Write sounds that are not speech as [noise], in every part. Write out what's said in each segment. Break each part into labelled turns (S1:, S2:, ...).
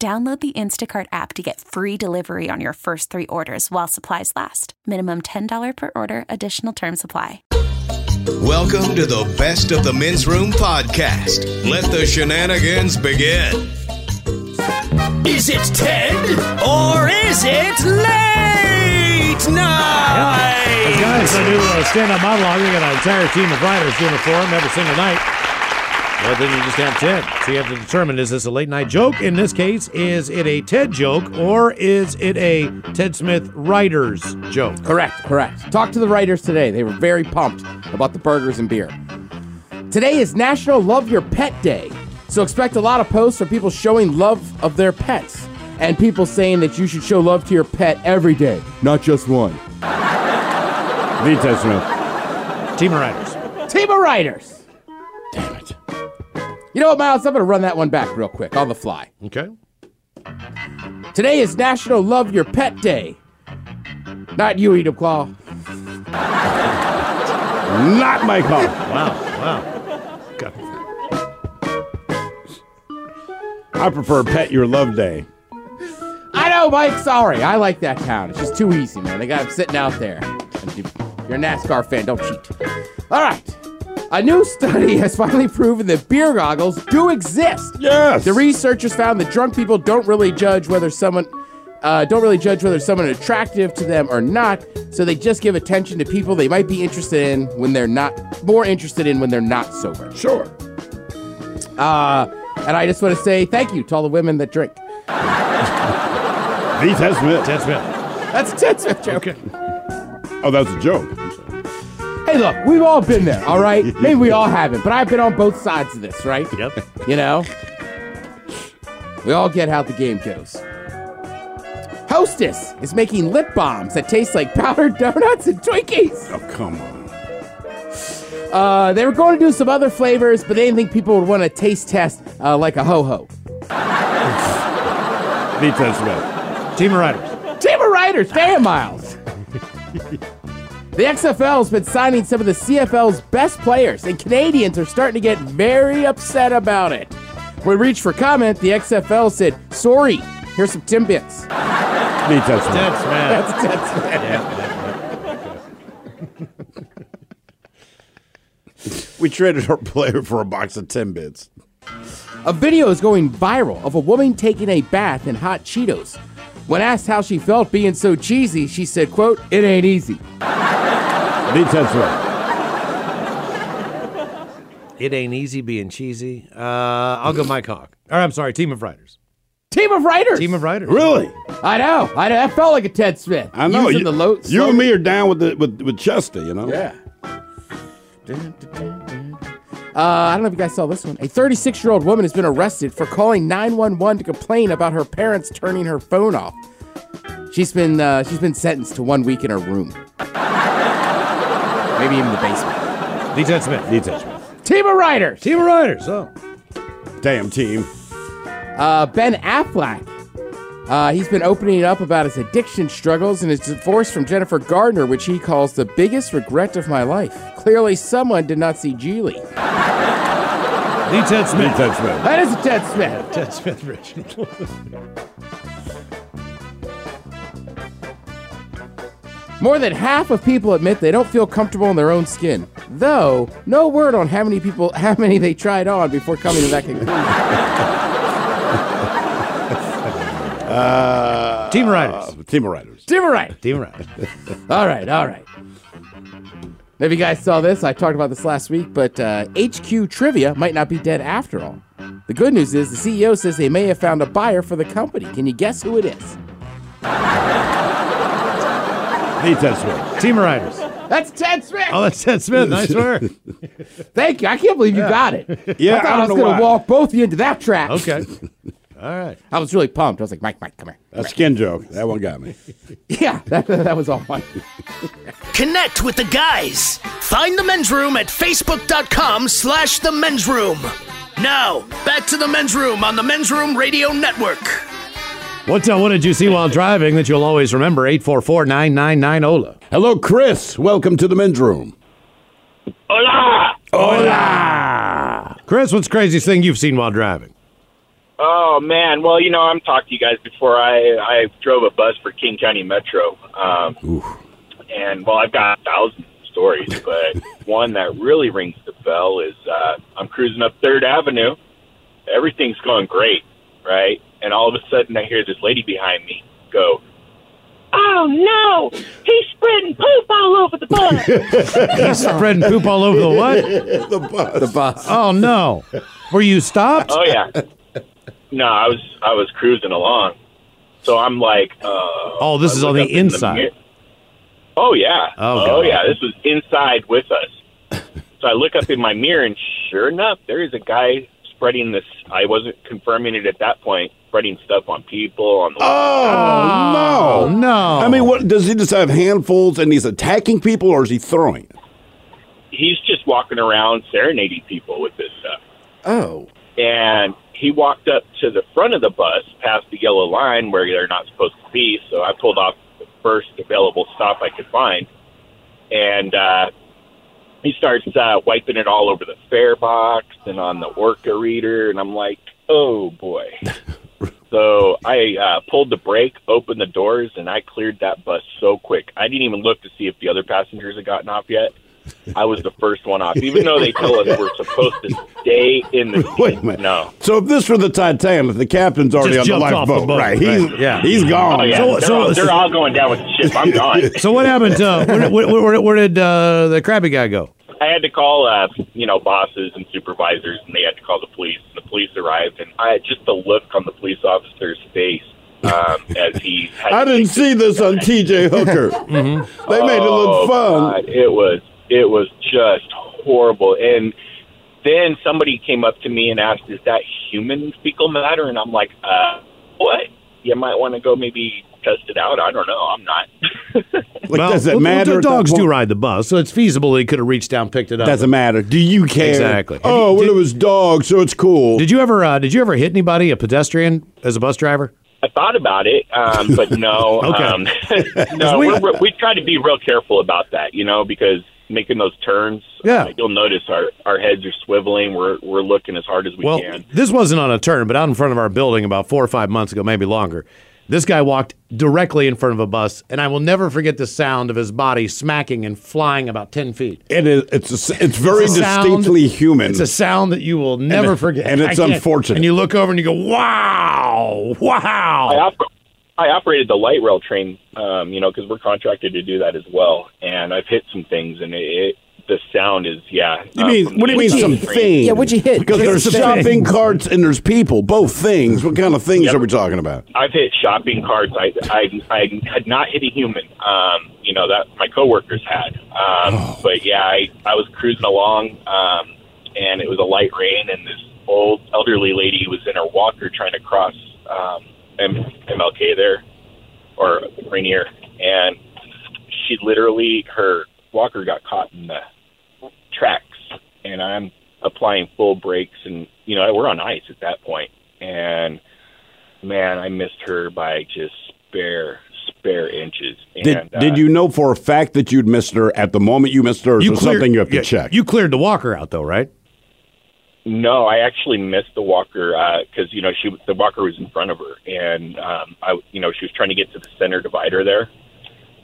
S1: Download the Instacart app to get free delivery on your first three orders while supplies last. Minimum $10 per order, additional term supply.
S2: Welcome to the Best of the Men's Room podcast. Let the shenanigans begin.
S3: Is it Ted or is it late
S4: As
S3: night?
S4: guys, I do uh, stand-up monologue. We got an entire team of writers doing it for him every single night. Well, then you just have Ted. So you have to determine, is this a late-night joke? In this case, is it a Ted joke or is it a Ted Smith writer's joke?
S5: Correct, correct. Talked to the writers today. They were very pumped about the burgers and beer. Today is National Love Your Pet Day. So expect a lot of posts of people showing love of their pets and people saying that you should show love to your pet every day, not just one. the Ted Smith.
S4: Team of writers.
S5: Team of writers. Damn it. You know what, Miles? I'm going to run that one back real quick on the fly.
S4: Okay.
S5: Today is National Love Your Pet Day. Not you, Edith Claw. Not my call.
S4: Wow, wow. Got-
S6: I prefer Pet Your Love Day.
S5: I know, Mike. Sorry. I like that town. It's just too easy, man. They got him sitting out there. And you- You're a NASCAR fan. Don't cheat. All right. A new study [laughs] has finally proven that beer goggles do exist.
S6: Yes.
S5: The researchers found that drunk people don't really judge whether someone uh, don't really judge whether someone is attractive to them or not, so they just give attention to people they might be interested in when they're not more interested in when they're not sober.
S6: sure.
S5: Uh, and I just want to say thank you to all the women that drink.
S6: The Ted Smith.
S4: Ted Smith.
S5: That's a Ted Smith joke.
S4: Okay.
S6: Oh, that's a joke.
S5: Hey, look, we've all been there,
S6: [laughs]
S5: all right? Maybe we all haven't, but I've been on both sides of this, right?
S4: Yep.
S5: You know? We all get how the game goes. Hostess is making lip balms that taste like powdered donuts and Twinkies.
S6: Oh, come on.
S5: Uh, they were going to do some other flavors, but they didn't think people would want to taste test uh, like a ho ho.
S6: The Ted Smith.
S4: Team of writers.
S5: Team of writers, damn miles. the XFL's been signing some of the CFL's best players, and Canadians are starting to get very upset about it. When we reached for comment, the XFL said, "Sorry, here's some timbits." [laughs]
S6: The Ted Smith.
S4: Ted Smith.
S5: That's, that's
S6: We traded our [laughs] player for a box of Timbits.
S5: a video is going viral of a woman taking a bath in hot Cheetos. When asked how she felt being so cheesy, she said, "Quote, it ain't easy."
S6: The Ted Smith.
S4: It ain't easy being cheesy. Uh, I'll go Mike Hawk. Or I'm sorry, team of writers.
S5: Team of writers.
S4: Team of writers.
S6: Really?
S5: I know. I know. That felt like a Ted Smith.
S6: I know.
S5: Using
S6: you
S5: the low,
S6: you
S5: slow-
S6: and me are down with the, with, with Chester, you know?
S5: Yeah. Uh, I don't know if you guys saw this one. A 36 year old woman has been arrested for calling 911 to complain about her parents turning her phone off. She's been uh, she's been sentenced to one week in her room, [laughs] maybe even the basement.
S4: The Ted Smith.
S6: The Ted Smith.
S5: Team of writers.
S4: Team of writers. Oh.
S6: Damn team.
S5: Uh, ben Affleck. Uh, he's been opening up about his addiction struggles and his divorce from Jennifer Gardner, which he calls the biggest regret of my life. Clearly, someone did not see Geely.
S4: The Ted
S6: The
S4: Smith.
S6: Ted Smith.
S5: That is a Ted Smith.
S4: Ted Smith, Rich.
S5: More than half of people admit they don't feel comfortable in their own skin, though no word on how many people [laughs] how many they tried on before coming to that conclusion.
S6: Uh,
S4: Team Riders.
S6: uh, team of Riders.
S5: Jim, right?
S4: Team Riders.
S5: [laughs] All right, all right. Maybe you guys saw this. I talked about this last week, but uh, HQ Trivia might not be dead after all. The good news is the CEO says they may have found a buyer for the company. Can you guess who it is?
S6: Uh, Hey, Ted Swift.
S4: Team Riders.
S5: That's Ted Smith.
S4: Oh, that's Ted Smith. Nice
S6: [laughs]
S4: work.
S5: [laughs] Thank you. I can't believe you
S4: [laughs]
S5: got it.
S6: Yeah,
S5: I thought I,
S6: I
S5: was
S6: don't know
S5: going
S6: why.
S5: to walk both of you into that trap. [laughs]
S4: Okay. All right.
S5: I was really pumped. I was like, Mike, Mike, come here.
S6: A skin joke. That one got me.
S5: [laughs] Yeah, that, that was all Mike.
S3: Connect with the guys. Find the men's room at facebook.com slash the men's room. Now, back to the men's room on the men's room radio network.
S4: What's up? What did you see while driving that you'll always remember? 844 999 OLA.
S6: Hello, Chris. Welcome to the men's room.
S7: Hola.
S4: Chris, what's the craziest thing you've seen while
S7: [laughs]
S4: driving?
S7: Oh man, well you know I'm talked to you guys before. I I drove a bus for King County Metro, um, and well I've got a thousand stories, but one that really rings the bell is uh, I'm cruising up Third Avenue. Everything's going great, right? And all of a sudden I hear this lady behind me go, "Oh no, he's spreading poop all over the
S4: [laughs]
S7: bus."
S4: Spreading poop all over the what?
S6: The bus. The bus.
S4: Oh, no. Were you stopped?
S7: Oh yeah. No, I was I was cruising along, so I'm like, uh, oh,
S4: this is on the inside.
S7: oh yeah,
S4: Oh,
S7: oh
S4: God.
S7: yeah, this was inside with us. so I look up in my mirror, and sure enough, there is a guy spreading this. I wasn't confirming it at that point, spreading stuff on people on the.
S6: Oh, no.
S4: no.
S6: I mean, what does he just have handfuls and he's attacking people or is he throwing it?
S7: He's just walking around serenading people with this stuff.
S5: Oh.
S7: and he walked up to the front of the bus past the yellow line where they're not supposed to be so i pulled off the first available stop i could find and uh he starts uh wiping it all over the fare box and on the orca reader and i'm like
S4: [laughs]
S7: oh boy so i uh pulled the brake opened the doors and i cleared that bus so quick i didn't even look to see if the other passengers had gotten off yet I was the first one off, even though they tell us we're supposed to stay
S4: [laughs]
S7: in the
S6: Wait a minute.
S7: No,
S6: So if this were the Titanic, the captain's already
S4: Just
S6: on the
S4: jumped off the
S6: lifeboat,
S4: boat,
S6: right?
S4: right,
S6: He's
S4: yeah.
S6: he's gone.
S7: Oh yeah,
S4: So-
S7: they're,
S4: so-
S7: all, they're all going down with the ship. I'm gone.
S4: [laughs] So what happened? To, where, where, where, where did uh, the crabby guy go?
S7: I had to call, uh, you know, bosses and supervisors, and they had to call the police. And the police arrived, and I just the look on the police officer's face um,
S6: [laughs]
S7: as he. Had
S6: I
S7: to
S6: didn't
S7: take-
S6: see this on
S4: [laughs]
S6: T.J. Hooker.
S4: Mm-hmm.
S6: They made it
S7: Oh,
S6: look fun.
S7: God, it was it was just horrible. And then somebody came up to me and asked, "Is that human fecal matter?" And I'm like, uh, "What? You might want to go maybe test it out. I don't know. I'm not."
S6: Like, does it
S4: well,
S6: matter?
S4: The
S6: at that
S4: dogs do
S6: point?
S4: ride the bus, so it's feasible he could have reached down, picked it up.
S6: Doesn't matter. Do you care?
S4: Exactly.
S6: Oh,
S4: Have you-
S6: well,
S4: did-
S6: it was dogs, so it's cool.
S4: Did you ever? Uh, did you ever hit anybody, a pedestrian, as a bus driver?
S7: I thought about it, um,
S6: [laughs]
S7: but no,
S4: Okay.
S7: um, [laughs] no.
S4: we-
S7: We, we're, we try to be real careful about that, you know, because making those turns,
S4: Yeah.
S7: uh, you'll notice our, our heads are swiveling. We're we're looking as hard as we
S4: Well,
S7: can.
S4: this wasn't on a turn, but out in front of our building about four or five months ago, maybe longer. This guy walked directly in front of a bus, and I will never forget the sound of his body smacking and flying about ten feet.
S6: It is. It's a, it's very
S4: It's a sound-
S6: distinctly human.
S4: It's a sound that you will never forget,
S6: and it's
S4: I can't-
S6: unfortunate.
S4: And you look over and you go, "Wow,
S7: I,
S4: wow."
S7: op- I operated the light rail train, um, you know, because we're contracted to do that as well. And I've hit some things, and it, it the sound is yeah. uh,
S6: you mean, what do Uh, you mean some things?
S5: yeah, what'd you hit?
S6: Because
S5: Just
S6: there's
S5: the
S6: shopping carts and there's people. Both things. What kind of things
S7: Yep.
S6: are we talking about?
S7: I've hit shopping carts. I, I, I had not hit a human. Um, you know that my coworkers had. Um, But yeah, I, I was cruising along, um, and it was a light rain, and this old elderly lady was in her walker trying to cross um, M- MLK there or Rainier, and she literally her walker got caught in the tracks, and I'm applying full brakes, and you know we're on ice at that point, and man, I missed her by just spare spare inches. And,
S6: Did,
S7: uh,
S6: did you know for a fact that you'd missed her at the moment you missed her? or
S4: cleared-
S6: something you have to
S4: yeah,
S6: check.
S4: You cleared the walker out though, right?
S7: No, I actually missed the walker because you know she the walker was in front of her, and um, I you know she was trying to get to the center divider there,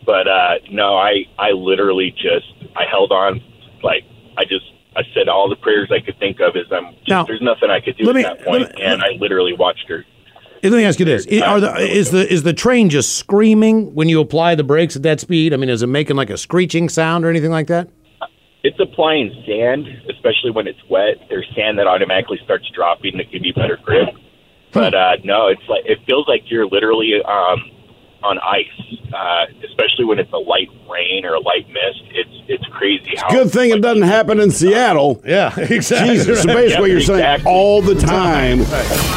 S7: But uh, no, I I literally just I held on like I just I said all the prayers I could think of is I'm just,
S4: Now,
S7: there's nothing I could do
S4: let
S7: at
S4: me-
S7: that point,
S4: let me-
S7: and I literally watched her.
S4: Let me ask you this: I- Are the, is the is the train just screaming when you apply the brakes at that speed? I mean, is it making like a screeching sound or anything like that?
S7: It's applying sand, especially when it's wet. There's sand that automatically starts dropping to give you better grip. But uh, no, it's like it feels like you're literally um, on ice, uh, especially when it's a light rain or a light mist. It's it's crazy how
S6: Good thing it doesn't happen in Seattle. [laughs]
S4: Yeah, exactly.
S6: Jesus, so basically
S7: Yeah,
S6: you're saying
S7: exactly.
S6: all the time.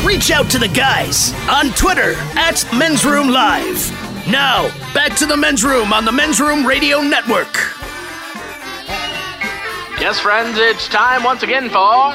S3: Reach out to the guys on Twitter at Men's Room Live. Now, back to the Men's Room on the Men's Room Radio Network.
S8: Yes, friends, it's time once again for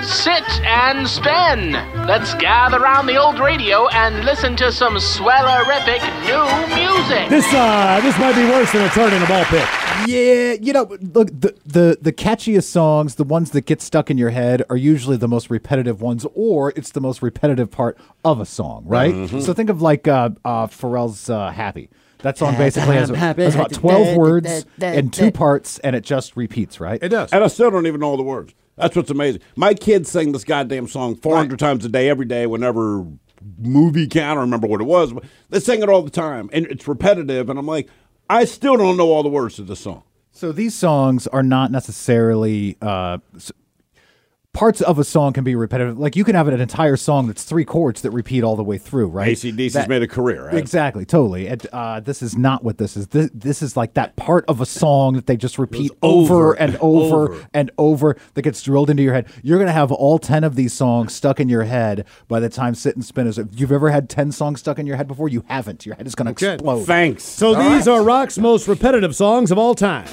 S8: Sit and Spin. Let's gather around the old radio and listen to some swellerific new music.
S4: This uh, this might be worse than a turn in a ball pit.
S9: Yeah, you know, look, the, the the catchiest songs, the ones that get stuck in your head, are usually the most repetitive ones, or it's the most repetitive part of a song, right?
S4: Mm-hmm.
S9: So think of like uh, uh, Pharrell's uh, "Happy." That song basically has, has about twelve words and two parts, and it just repeats, right?
S4: It does.
S6: And I still don't even know all the words. That's what's amazing. My kids sing this goddamn song 400 times a day, every day, whenever movie count. I don't remember what it was. But they sing it all the time, and it's repetitive. And I'm like, I still don't know all the words to this song.
S9: So these songs are not necessarily uh, s- parts of a song can be repetitive. Like you can have an entire song that's three chords that repeat all the way through, right?
S6: ACDC's
S9: That-
S6: made a career. Right?
S9: Exactly, totally. And uh, this is not what this is. This, this is like that part of a song that they just repeat over, and over, and over that gets drilled into your head. You're gonna have all ten of these songs stuck in your head by the time sit and spin is. If you've ever had ten songs stuck in your head before, you haven't. Your head is gonna explode.
S6: Thanks.
S4: So these are rock's most repetitive songs of all time.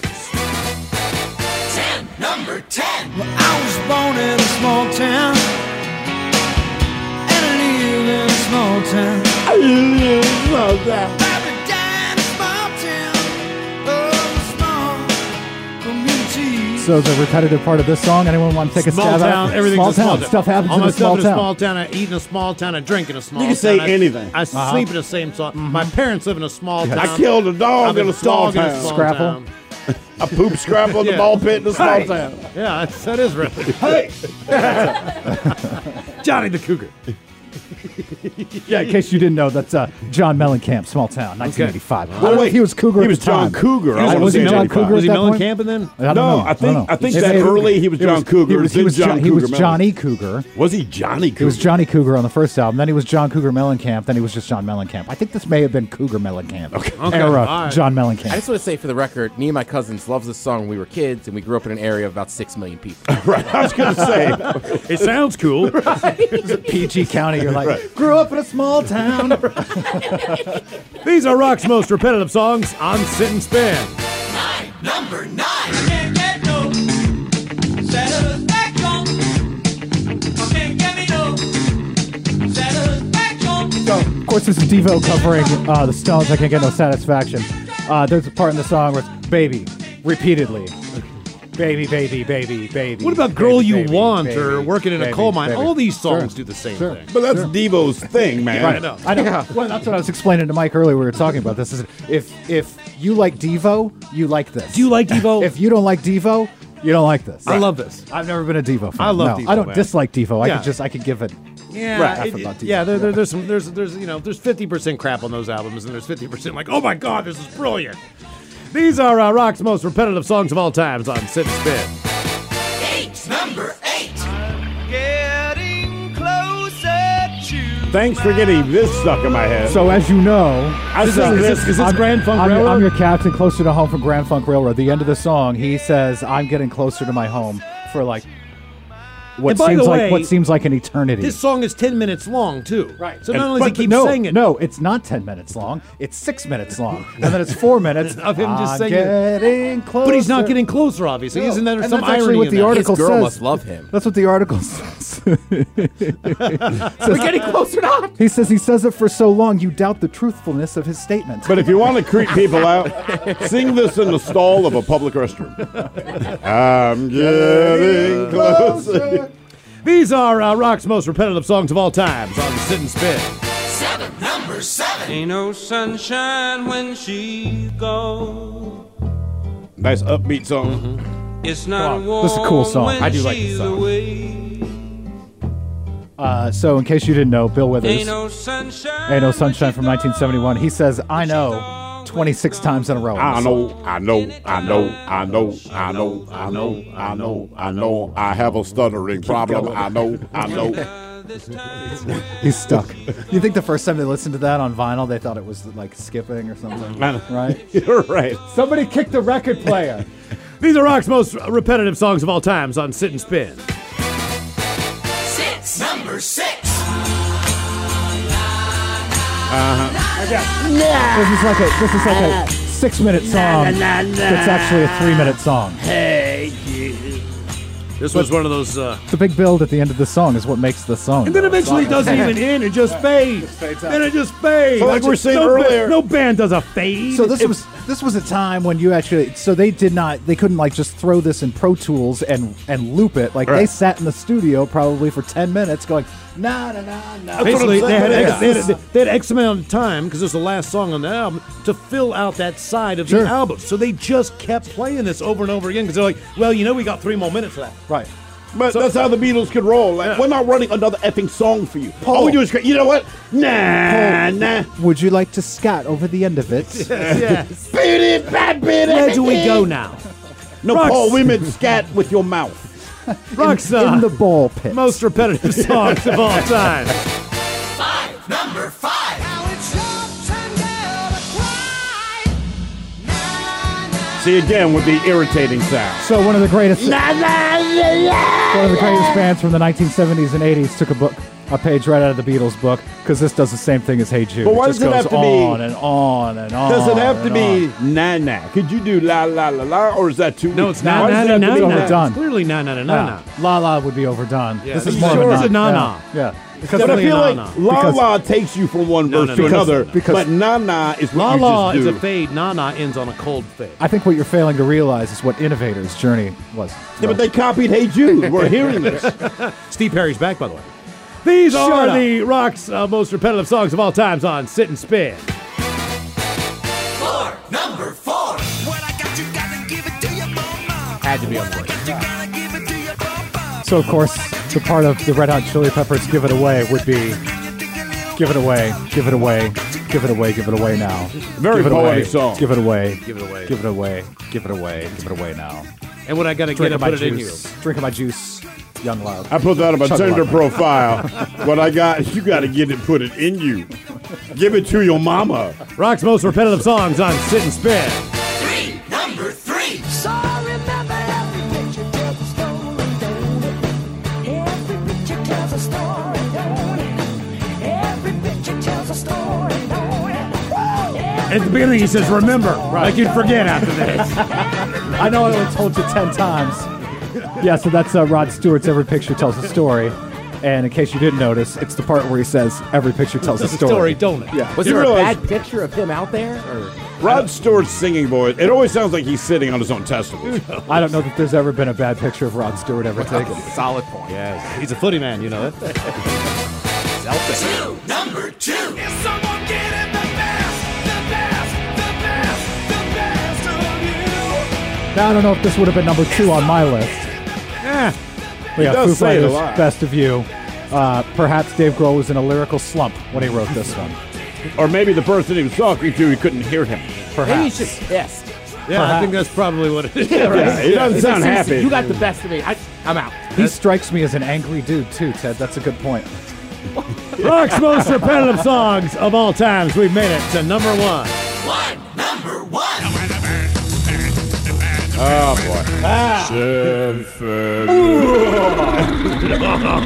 S10: Oh,
S9: So the repetitive part of this song. Anyone want to take a
S4: Small
S9: stab
S4: town,
S9: at it?
S4: everything's
S9: small
S4: a small
S9: town.
S4: town.
S9: Stuff happens
S4: All
S9: in
S4: my
S9: a small
S4: stuff in
S9: town.
S4: a small town. I eat in a small town. I drink in a small town.
S6: can say
S4: I-
S6: anything.
S4: I
S9: Uh-huh.
S4: sleep in the same small. My parents live in a small town.
S6: I killed a dog
S4: I'm
S6: in a small
S4: dog in
S6: town.
S4: small
S9: Scrapple?
S6: [laughs]
S4: town.
S6: I poop scrap on
S4: [laughs]
S6: the
S4: Yeah.
S6: ball pit in a small
S4: Hey.
S6: town.
S4: Yeah, that's, that is repetitive. Johnny the Cougar.
S9: Yeah, in case you didn't know, that's uh, John Mellencamp, Small Town, 1985. I don't know
S6: wait.
S9: if he was Cougar.
S6: He
S9: at
S6: was
S9: the
S6: John
S9: time.
S6: Cougar. I
S9: Was,
S6: wanna
S9: was
S6: say
S9: he John
S6: 85.
S9: Couger?
S4: Was
S9: at
S4: he
S9: that point?
S4: Mellencamping then?
S9: I don't
S6: No,
S9: know.
S6: I think-
S9: don't know.
S6: I think that early he was John Cougar,
S9: He was, he
S6: then
S9: was,
S6: John
S9: John, he was
S6: Cougar Mellencamp.
S9: Johnny Cougar.
S6: Was he Johnny Cougar?
S9: He was Johnny Cougar on the first album. Then he was John Cougar Mellencamp. Then he was just John Mellencamp. I think this may have been Cougar Mellencamp
S4: Okay,
S9: era
S4: all right.
S9: John
S5: I
S9: Mellencamp.
S5: just want to say for the record, me and my cousins loved this song when we were kids, and we grew up in an area of about 6 million people.
S6: [laughs] right. I was going to say.
S4: It sounds
S6: [laughs]
S4: cool.
S5: [laughs]
S9: PG County, you're like, grew up in a small town.
S4: [laughs] These are rock's most repetitive songs on Sit and Spin.
S9: So, of course, this is Devo covering uh, the Stones. I can't get no satisfaction. Uh, there's a part in the song where it's baby repeatedly. Baby, baby, baby, baby.
S4: What about Girl
S9: baby,
S4: You
S9: baby,
S4: Want
S9: baby,
S4: or Working in a
S9: baby,
S4: Coal Mine?
S9: baby.
S4: All these songs
S9: Sure.
S4: do the same
S9: Sure.
S4: thing.
S6: But that's Devo's thing, man.
S4: Right. I know.
S9: I know. Well, that's what I was explaining to Mike earlier. We were talking about this. Is if if you like Devo, you like this.
S4: Do you like Devo?
S9: If you don't like Devo, you don't like this.
S4: I love this.
S9: I've never been a Devo fan.
S4: I love
S9: no,
S4: Devo,
S9: I don't
S4: man.
S9: dislike Devo. I
S4: Yeah.
S9: could just I could give it.
S4: Yeah,
S9: Right.
S4: it-
S9: I forgot to
S4: yeah.
S9: use
S4: There,
S9: it.
S4: there, there's some, there's there's you know there's fifty percent crap on those albums, and there's fifty percent like, oh my god, this is brilliant. These are uh, rock's most repetitive songs of all times on Sit and Spin.
S6: Thanks for getting this stuck in my head.
S9: So as you know,
S6: I saw this.
S4: Is this
S9: I'm-
S4: Grand Funk
S9: I'm, your-
S4: Railroad?
S9: I'm your captain, closer to home from Grand Funk Railroad. The end of the song, he says, "I'm getting closer to my home for like what
S4: And by
S9: seems
S4: the
S9: like
S4: way,
S9: what seems like an eternity."
S4: This song is ten minutes long too.
S9: Right.
S4: So not
S9: And-
S4: only does he
S9: but
S4: keep
S9: no,
S4: saying it,
S9: No, it's not 10 minutes long. It's six minutes long. And then it's four minutes
S4: [laughs] Of him just
S9: I'm
S4: saying it.
S9: Getting close.
S4: but he's not getting closer. Obviously, isn't there
S9: and
S4: some
S9: that's actually
S4: irony
S9: what
S4: in
S9: the
S4: that?
S9: article
S5: His girl
S9: says.
S5: must love him.
S9: That's what the
S4: [laughs]
S9: article [laughs] says.
S5: We're getting closer now.
S9: he says he says it for so long, you doubt the truthfulness of his statement.
S6: But if you want to creep people out, sing this in the stall of a public restroom. [laughs]
S4: [laughs]
S6: I'm getting closer.
S4: [laughs] These are uh, rock's most repetitive songs of all times on Sit and Spin.
S11: seven, number seven.
S12: Ain't no sunshine when she goes.
S6: Nice upbeat song.
S12: It's not warm
S9: This is a cool song.
S12: when
S9: I do like this
S12: she's
S9: song.
S12: away.
S9: Uh, so, in case you didn't know, Bill Withers,
S12: Ain't no sunshine
S9: Ain't No Sunshine from 1971, he says, I know 26 times in a row.
S6: I know, I know, I know, I know, I know, I know, I know, I know. I have a stuttering problem. I know, I know.
S9: He's stuck. you think the first time they listened to that on vinyl, they thought it was like skipping or something? Right?
S6: [laughs] You're right.
S9: Somebody kicked the record player.
S4: [laughs] These are rock's most repetitive songs of all times on Sit and Spin.
S11: Six, number six.
S9: This is like a this is like a six minute song. It's actually a three minute song.
S3: Hey, you.
S4: This was one of those. Uh,
S9: The big build at the end of the song is what makes the song.
S4: and then
S9: though. It's
S4: eventually it
S9: not-
S4: doesn't even end. [laughs] It just fades.
S9: fades out.
S4: Then it just fades.
S6: So like we were saying
S4: no ba-
S6: earlier-
S4: no band does a fade.
S9: So this
S4: It-
S9: was this was a time when you actually so they did not they couldn't like just throw this in Pro Tools and and loop it like they
S6: Right.
S9: sat in the studio probably for ten minutes going na na na na.
S4: Basically, they had,
S6: saying,
S4: X, they, had, they had X amount of time because it was the last song on the album to fill out that side of
S9: Sure.
S4: the album. So they just kept playing this over and over again because they're like, well, you know, we got three more minutes left.
S9: Right.
S6: But that's
S4: [laughs]
S6: how the Beatles could roll. Like, we're not running another effing song for you. All we do is, cra- you know what? Nah, nah.
S9: Would you like to scat over the end
S4: [laughs]
S9: of it?
S4: Yes.
S6: Beat it, bad beat it.
S4: Where do we go now?
S6: [laughs] No,
S4: Rocks.
S6: Paul, we meant scat with your mouth.
S4: [laughs] Rock's
S9: in the ball pit.
S4: most [laughs] repetitive songs of all time.
S11: Five, number five. Now it's your turn, girl, to cry.
S6: See, again, with the irritating sound.
S9: [laughs] So one of the greatest one
S6: One
S9: of the greatest bands from the 1970s and 80s took a book a page right out of the Beatles book because this does the same thing as Hey Jude.
S6: But why
S9: it just
S6: does it
S9: goes
S6: have to be-
S9: on and on and on.
S6: Does it have to be
S9: and on.
S6: na na? Could you do la la la la, or is that too?
S4: No,
S6: weak?
S4: it's not.
S6: Why
S4: No,
S6: does it
S4: no,
S6: have to
S4: no, no.
S6: be na-
S9: It's overdone.
S4: It's clearly na na na na na.
S9: Yeah. La La would be overdone. this is
S4: this
S9: more
S4: is
S9: of
S4: yours.
S9: a
S4: It's a
S9: na-na.
S4: na-na.
S9: Yeah.
S4: It's
S6: But I
S4: definitely
S6: feel
S4: na
S6: like
S4: na.
S6: la
S9: Because-
S6: la takes you from one
S4: No,
S6: verse
S4: no,
S6: to
S4: no, because-
S6: another,
S9: because-
S6: but na na is what
S4: La
S6: you
S4: La
S6: just
S4: is
S6: do.
S4: a fade. Na na ends on a cold fade.
S9: I think what you're failing to realize is what Innovator's journey was.
S6: Yeah, but they copied Hey Jude.
S4: [laughs]
S6: We're hearing this.
S4: Steve Perry's back, by the way. These
S6: Shut
S4: are
S6: up.
S4: the Rock's uh, most repetitive songs of all times on Sit and Spin.
S11: Four, number four.
S13: What I got, you gotta give it to your mama.
S5: Had to be on
S13: What I
S5: board.
S13: got, you gotta give it to your papa.
S9: [laughs] So, of course, the part of the Red Hot Chili Peppers Give It Away would be
S13: You think a little
S9: Give It Away, Give It Away, Give It Away, Give It Away Now.
S6: Very
S9: give it away,
S6: poetic song.
S9: Give It Away,
S4: Give it away.
S9: Give It Away, Give It Away, Give It Away Now.
S4: And what I gotta
S9: Drink
S4: get, I
S9: of my
S4: put it in you.
S9: juice. Drink of my juice, young love.
S6: I put that on my
S9: Chuck a
S6: Tinder
S9: lot.
S6: [laughs] profile. what I got, you got to get it, put it in you. Give it to your mama.
S4: Rock's most repetitive songs on Sit and Spin.
S11: Three, number three.
S13: So I remember every picture tells a story, don't it? Every picture tells a story, don't it? Every picture tells a story, don't it?
S4: At the beginning, he says, "Remember," like you'd forget after [laughs] this.
S9: I know I only told you 10 times. Yeah, so that's uh, Rod Stewart's Every Picture Tells a Story. And in case you didn't notice, it's the part where he says, Every picture tells a
S4: Story,
S9: story.
S4: don't it?
S5: Was
S6: You
S5: there
S6: realize-
S5: a bad picture of him out there? Or?
S6: Rod Stewart's singing voice. It always sounds like he's sitting on his own testicles.
S9: I don't know that there's ever been a bad picture of Rod Stewart ever taken.
S5: Solid point.
S4: Yes. He's a footy man, you know that.
S11: Two, number two.
S13: If someone getting the best, the best, the best, the best of you.
S9: Now, I don't know if this would have been number two on my list.
S4: Yeah.
S9: We have
S6: does
S9: Foo
S6: say it a
S9: Fighters,
S6: lot.
S9: Best of You. Uh, perhaps Dave Grohl was in a lyrical slump when he wrote this one.
S6: or maybe the person he was talking to, he couldn't hear him.
S5: Maybe he's just pissed.
S4: Yeah, I think that's probably what it is.
S6: Yeah, he doesn't
S5: It's
S6: sound
S5: just-
S6: happy.
S5: You got the best of me. I, I'm out.
S9: He strikes me as an angry dude, too, Ted. That's a good [laughs] point.
S4: Rock's [laughs] most repetitive songs of all times. We've made it to number one.
S11: One, number
S6: [laughs]
S11: one.
S6: Oh boy.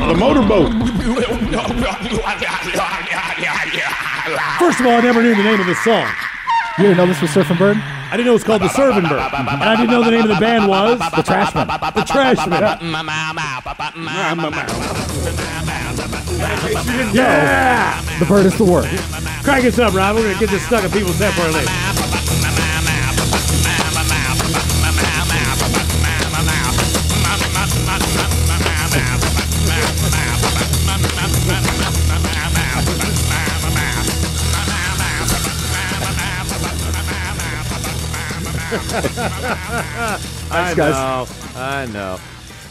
S6: the motorboat.
S4: First of all, I never knew the name of this song.
S9: You didn't know this was Surfing Bird?
S4: I didn't know it was called The Serving Bird. And I didn't know the name of the band was The Trashmen. The Trashmen. Yeah!
S9: The bird is the word.
S4: Crank us up, Rob. We're going to get this stuck in people's head for a later. I
S11: guys.
S4: know. I know.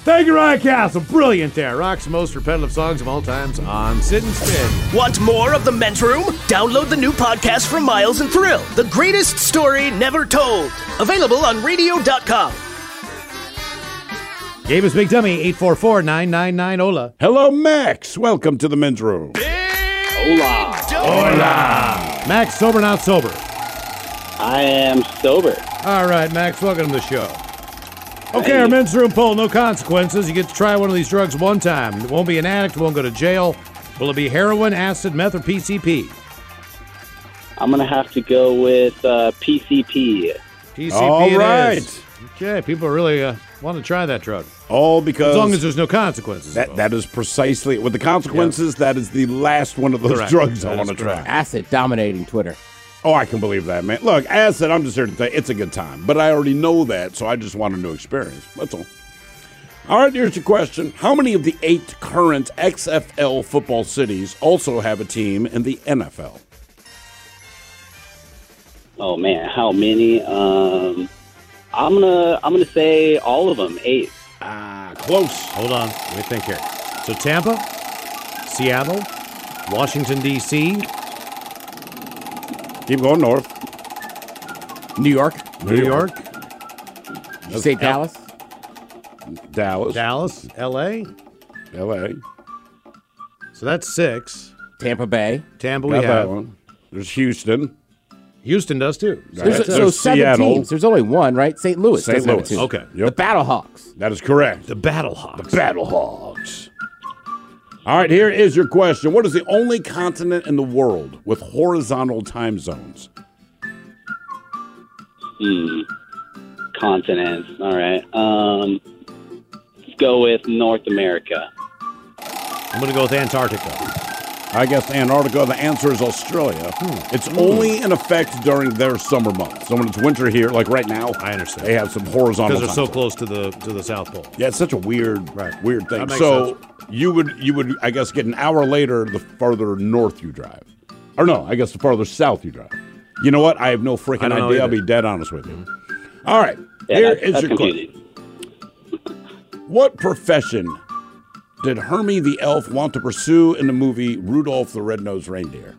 S4: Thank you, Ryan Castle. Brilliant there. Rock's most repetitive songs of all times on Sit and Spin.
S3: Want more of the men's room? Download the new podcast from Miles and Thrill, The Greatest Story Never Told. Available on radio.com.
S4: Gabe is Big Dummy, 844 999 Ola.
S6: Hello, Max. Welcome to the men's room.
S14: Hola.
S4: Hola. Max, sober, not sober.
S14: I am sober.
S4: All right, Max, welcome to the show. Okay, our men's room poll, no consequences. You get to try one of these drugs one time. It won't be an addict, won't go to jail. Will it be heroin, acid, meth, or PCP?
S14: I'm going to have to go with uh, PCP.
S4: PCP
S14: All
S4: it is.
S14: right.
S4: Okay, people really uh, want to try that drug.
S6: All because
S4: As long as there's no consequences.
S6: that that is precisely with the consequences. That is the last one of those
S4: Correct.
S6: drugs I
S4: That
S6: want to
S4: is
S6: try.
S4: correct.
S6: Acid dominating Twitter. Oh, I can believe that, man. Look, acid. I'm just here to tell you, it's a good time, but I already know that, so I just wanted to experience. That's all. All right, here's your question. How many of the eight current XFL football cities also have a team in the NFL?
S14: Oh man, how many? Um, I'm gonna I'm gonna say all of them. Eight.
S6: Ah, close.
S4: Hold on. Let me think here. So Tampa, Seattle, Washington, D.C.
S6: Keep going north. New York.
S4: New York.
S6: Did you say Dallas? Dallas.
S4: Dallas, L.A.
S6: L.A.
S4: So that's six.
S5: Tampa Bay.
S4: Tampa, we
S6: Got that
S4: have.
S6: one. There's Houston.
S4: Houston does too.
S5: There's, so seven teams. There's only one, right? St. Louis.
S6: St.
S5: doesn't have a
S6: Louis.
S5: team.
S6: Okay.
S5: The Battlehawks.
S6: That is correct.
S4: The Battlehawks.
S6: The Battlehawks. All right, here is your question. What is the only continent in the world with horizontal time zones?
S14: Hmm. Continents. All right. Um, let's go with North America.
S4: I'm going to go with Antarctica.
S6: I guess Antarctica. The answer is Australia.
S4: Hmm.
S6: It's only in effect during their summer months. So when it's winter here, like right now, I
S4: understand
S6: they have some horizontal.
S4: because they're so
S6: time
S4: close to the to the South Pole.
S6: Yeah, it's such a weird, weird
S4: That
S6: thing.
S4: makes
S6: So you would, you would, I guess, get an hour later the farther north you drive, or no, I guess the farther south you drive. You know what? I have no
S4: I
S6: freaking
S4: don't know
S6: idea. I'll
S4: either. Mm-hmm.
S6: be dead honest with you. All right,
S14: Yeah,
S6: here
S14: that's-
S6: is
S14: that's
S6: your question. What profession did Hermie the elf want to pursue in the movie Rudolph the Red-Nosed Reindeer?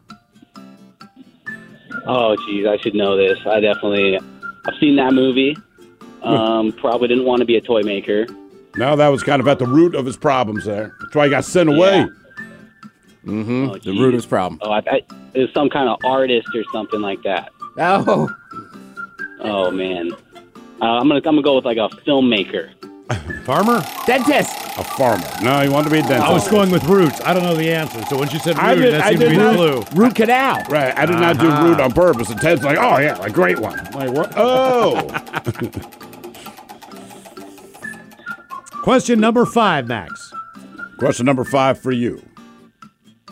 S14: Oh, geez, I should know this. I definitely I've seen that movie. [laughs] Um, probably didn't want to be a toy maker.
S6: Now that was kind of at the root of his problems there. That's why he got sent away. Mm-hmm.
S14: the root of his problem. Oh, I, I, it was some kind of artist or something like that.
S5: Oh.
S14: Oh man, uh, I'm gonna I'm gonna go with like a
S6: [laughs]
S14: filmmaker.
S4: Farmer?
S5: Dentist.
S6: A farmer. No, he wanted to be a dentist.
S4: I was going with roots. I don't know the answer. So when she said
S6: I
S4: root,
S6: did-
S4: that
S6: I
S4: seemed to
S6: did
S4: be the
S6: not-
S4: clue.
S5: Root canal.
S6: Right. I did not
S4: Uh-huh.
S6: do root on purpose. And Ted's like, oh, yeah, a great one. I'm like, what? Oh.
S4: [laughs] Question number five, Max.
S6: Question number five for you.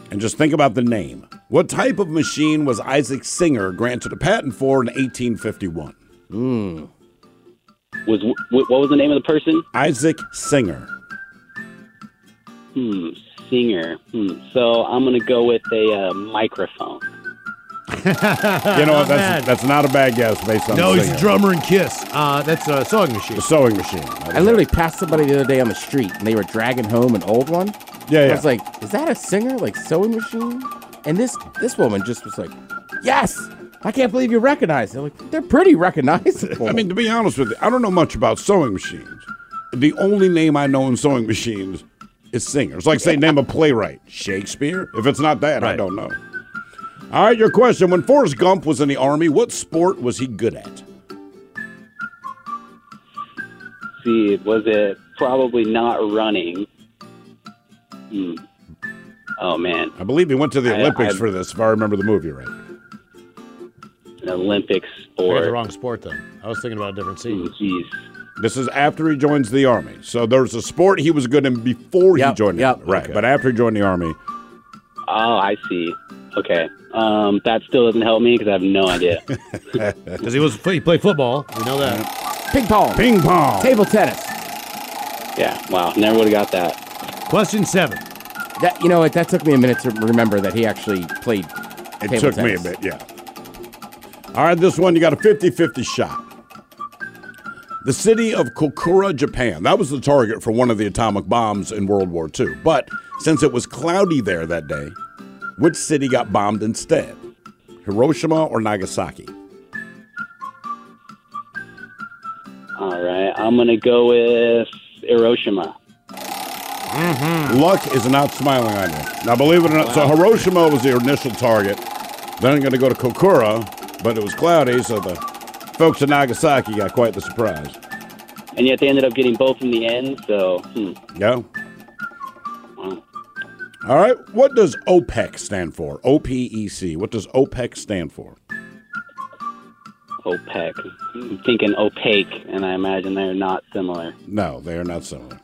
S6: And just think about the name. What type of machine was Isaac Singer granted a patent for in 1851?
S14: Was wh- what was the name of the person?
S6: Isaac
S4: [laughs]
S6: Singer.
S14: Hmm, singer. Hmm. So I'm gonna go with a uh, microphone.
S6: You know what? That's, that's not a bad guess based on
S4: No,
S6: the
S4: he's a
S6: singer.
S4: drummer in Kiss. Uh, that's a sewing machine.
S6: The sewing machine.
S5: I literally passed somebody the other day on the street, and they were dragging home an old one.
S6: Yeah,
S5: I
S6: yeah.
S5: was like, "Is that a singer? Like sewing machine?" And this this woman just was like, "Yes, I can't believe you recognize." it." I'm like, "They're pretty recognizable."
S6: I mean, to be honest with you, I don't know much about sewing machines. The only name I know in sewing machines is singer. It's like saying name a playwright, Shakespeare. If it's not that, I don't know. All right, your question. When Forrest Gump was in the army, what sport was he good at?
S14: see, was it probably not running? Hmm. Oh man,
S6: I believe he went to the
S14: I-
S6: Olympics
S14: I-
S6: for this, if I remember the movie right.
S14: an Olympic
S4: I got the
S14: sport.
S4: wrong sport Oh, then. I was thinking about a different scene. [laughs]
S14: Jeez.
S6: This is after he joins the army. So there's a sport he was good in before he joined the army. Right. But after he joined the army,
S14: Oh, I see. Okay, um, that still doesn't help me because I have no idea.
S4: Because he was he played [laughs] football. We [laughs] know that.
S5: ping pong,
S6: ping pong,
S5: table tennis.
S14: yeah, wow, never would have got that.
S4: Question seven.
S5: That you know what? That took me a minute to remember that he actually played.
S6: it
S5: table
S6: took
S5: tennis.
S6: me a bit, yeah. All right, this one, you got a 50 50 shot. The city of Kokura, Japan. That was the target for one of the atomic bombs in World War II. But since it was cloudy there that day, which city got bombed instead? Hiroshima or Nagasaki?
S14: All right, I'm gonna go with Hiroshima.
S6: Luck is not smiling on you. Now, believe it or not, so Hiroshima was the initial target. Then I'm going to go to Kokura, but it was cloudy, so the folks in Nagasaki got quite the surprise.
S14: And yet they ended up getting both in the end. So hmm.
S6: Yeah. All right. What does OPEC stand for? O P E C. What does OPEC stand for?
S14: OPEC. I'm thinking opaque, and I imagine they're not similar.
S6: No, they are not similar.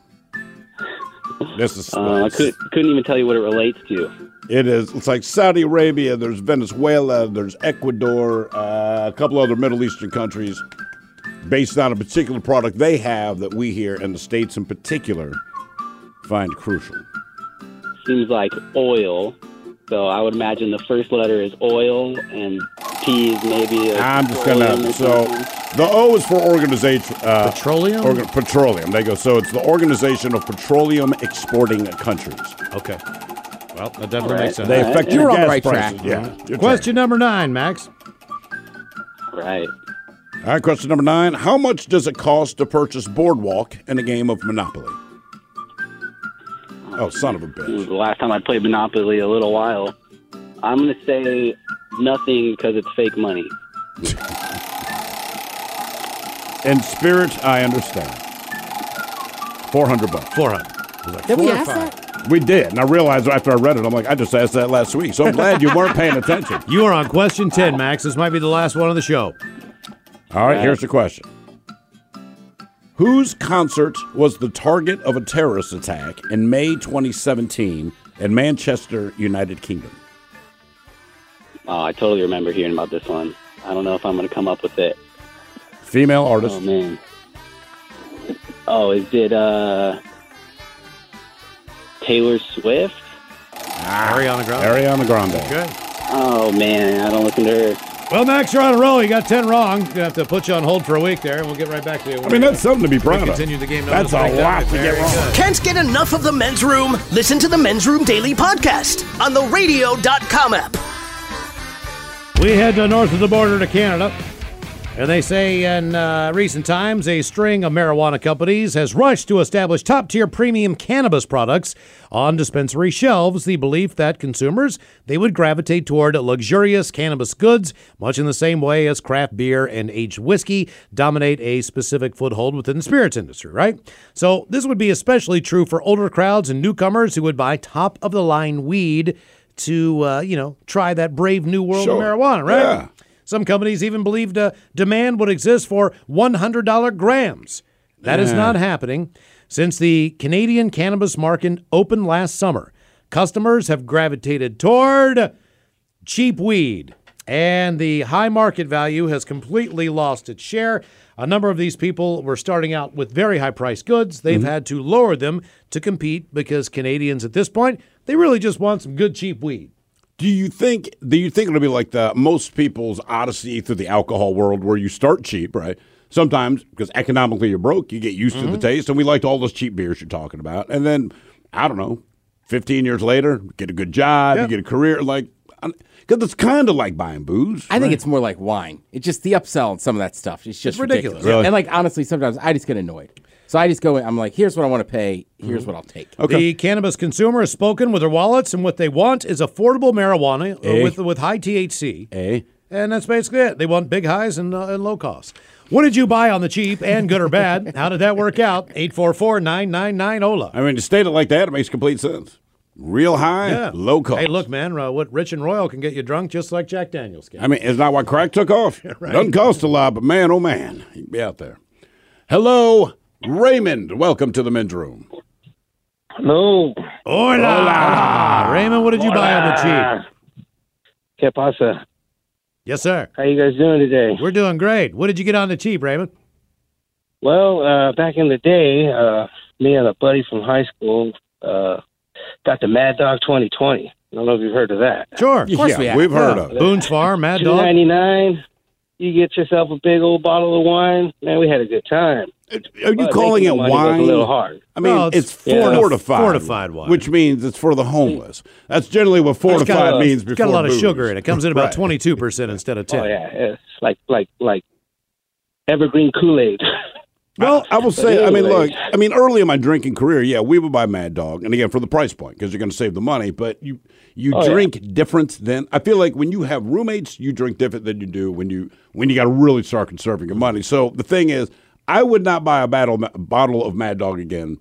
S6: This is.
S14: [laughs] Uh, I could, couldn't even tell you what it relates to.
S6: It is. It's like Saudi Arabia. There's Venezuela. There's Ecuador. Uh, a couple other Middle Eastern countries, based on a particular product they have that we here in the states, in particular, find crucial.
S14: Seems like oil. So I would imagine the first letter is oil, and P is maybe. A
S6: I'm just gonna. So the O is for organization. Uh, petroleum. petroleum. They go. So it's the Organization of Petroleum Exporting Countries. Okay.
S4: Well, that definitely
S6: Alright.
S4: makes sense.
S6: They affect your You're on the gas right prices. track. Yeah. Good
S4: Question number nine, Max.
S14: Right.
S6: All right. Question number nine. How much does it cost to purchase Boardwalk in a game of Monopoly? Oh, son of a bitch.
S14: It was the last time I played Monopoly a little while. I'm going to say nothing because it's fake money.
S6: In spirit, I understand. Four hundred bucks. Four hundred.
S11: Did we ask
S6: We did, and I realized after I read it, I'm like, I just asked that last week, so I'm glad you weren't paying attention.
S4: You are on question 10, Max. This might be the last one of the show.
S6: All right, here's the question. Whose concert was the target of a terrorist attack in May 2017 in Manchester, United Kingdom?
S14: Oh, I totally remember hearing about this one. I don't know if I'm going to come up with it.
S6: Female artist.
S14: Oh, man. Oh, is it uh, Taylor Swift?
S4: Ariana Grande.
S6: Ah, Ariana Grande.
S4: Good.
S14: Oh, man. I don't listen to her.
S4: Well, Max, you're on a roll. You got 10 wrong. Gonna have to put you on hold for a week there, and we'll get right back to you.
S6: I mean, that's something to be proud
S4: we
S6: of.
S4: continue the game.
S6: That's a lot to get wrong.
S3: Can't get enough of the men's room? Listen to the men's room daily podcast on the radio.com app.
S4: We head to north of the border to Canada. And they say in uh, recent times, a string of marijuana companies has rushed to establish top tier premium cannabis products on dispensary shelves. The belief that consumers they would gravitate toward luxurious cannabis goods, much in the same way as craft beer and aged whiskey dominate a specific foothold within the spirits industry. Right. So this would be especially true for older crowds and newcomers who would buy top of the line weed to uh, you know try that brave new world
S6: Sure.
S4: of marijuana. Right.
S6: Yeah.
S4: Some companies even believed uh, demand would exist for $100 grams. That is
S15: Yeah.
S4: not happening. Since the Canadian cannabis market opened last summer, customers have gravitated toward cheap weed, and the high market value has completely lost its share. A number of these people were starting out with very high priced goods. They've had to lower them to compete because Canadians at this point, they really just want some good cheap weed.
S6: Do you think do you think it'll be like the most people's odyssey through the alcohol world where you start cheap, right? Sometimes because economically you're broke, you get used to the taste and we liked all those cheap beers you're talking about. And then I don't know, 15 years later, get a good job, you get a career like cuz it's kind of like buying booze.
S5: I think it's more like wine. It's just the upsell and some of that stuff. It's just
S4: It's ridiculous.
S5: ridiculous.
S4: Really?
S5: And like honestly, sometimes I just get annoyed. So I just go. in, I'm like, here's what I want to pay.
S6: Mm-hmm.
S5: Here's what I'll take.
S4: The cannabis consumer has spoken with their wallets, and what they want is affordable marijuana uh,
S5: Eh?
S4: with with high THC.
S6: Eh?
S4: And that's basically it. They want big highs and, uh, and low costs. What did you buy on the cheap and good or
S6: [laughs]
S4: bad? How did that work out? 844 999 OLA.
S6: I mean, to state it like that, it makes complete sense. Real high, [laughs] low cost.
S4: Hey, look, man, uh, what rich and royal can get you drunk just like Jack Daniels can.
S6: I mean, is that why crack took off?
S4: [laughs] Right.
S6: Doesn't cost a lot, but man, oh man, you'd be out there. Hello, Raymond. Welcome to the men's room.
S10: Hello. Uh,
S4: Hola. Raymond, what did you buy on the cheap?
S10: Ah. ¿Qué pasa?
S4: Yes, sir.
S10: How you guys doing today?
S4: We're doing great. What did you get on the cheap, Raymond?
S10: Well, uh, back in the day, uh, me and a buddy from high school uh, got the Mad Dog 2020. I don't know if you've heard of that.
S4: Sure.
S10: Of course we have.
S4: we've heard
S10: Yeah.
S4: of it. Boone's Farm, Mad
S10: Two
S4: Dog.
S10: ninety nine. You get yourself a big old bottle of wine. Man, we had a good time.
S6: Are you calling it wine?
S10: A little hard.
S6: I mean, it's,
S10: Yeah.
S6: fortified,
S4: fortified wine.
S6: which means it's for the homeless. That's generally what fortified
S4: got, a-
S6: means.
S4: It's
S6: before
S4: got a lot
S6: booze.
S4: of sugar in it. It comes in
S6: Right.
S4: about twenty two percent instead of ten.
S10: Oh yeah, it's like like like evergreen Kool Aid. [laughs]
S6: Well, I will say, I mean,
S10: anyway.
S6: look, I mean, early in my drinking career, yeah, we would buy Mad Dog, and again for the price point because you're going to save the money. But you you
S10: Oh, yeah.
S6: drink different than I feel like when you have roommates, you drink different than you do when you when you got to really start conserving your money. So the thing is, I would not buy a battle, bottle of Mad Dog again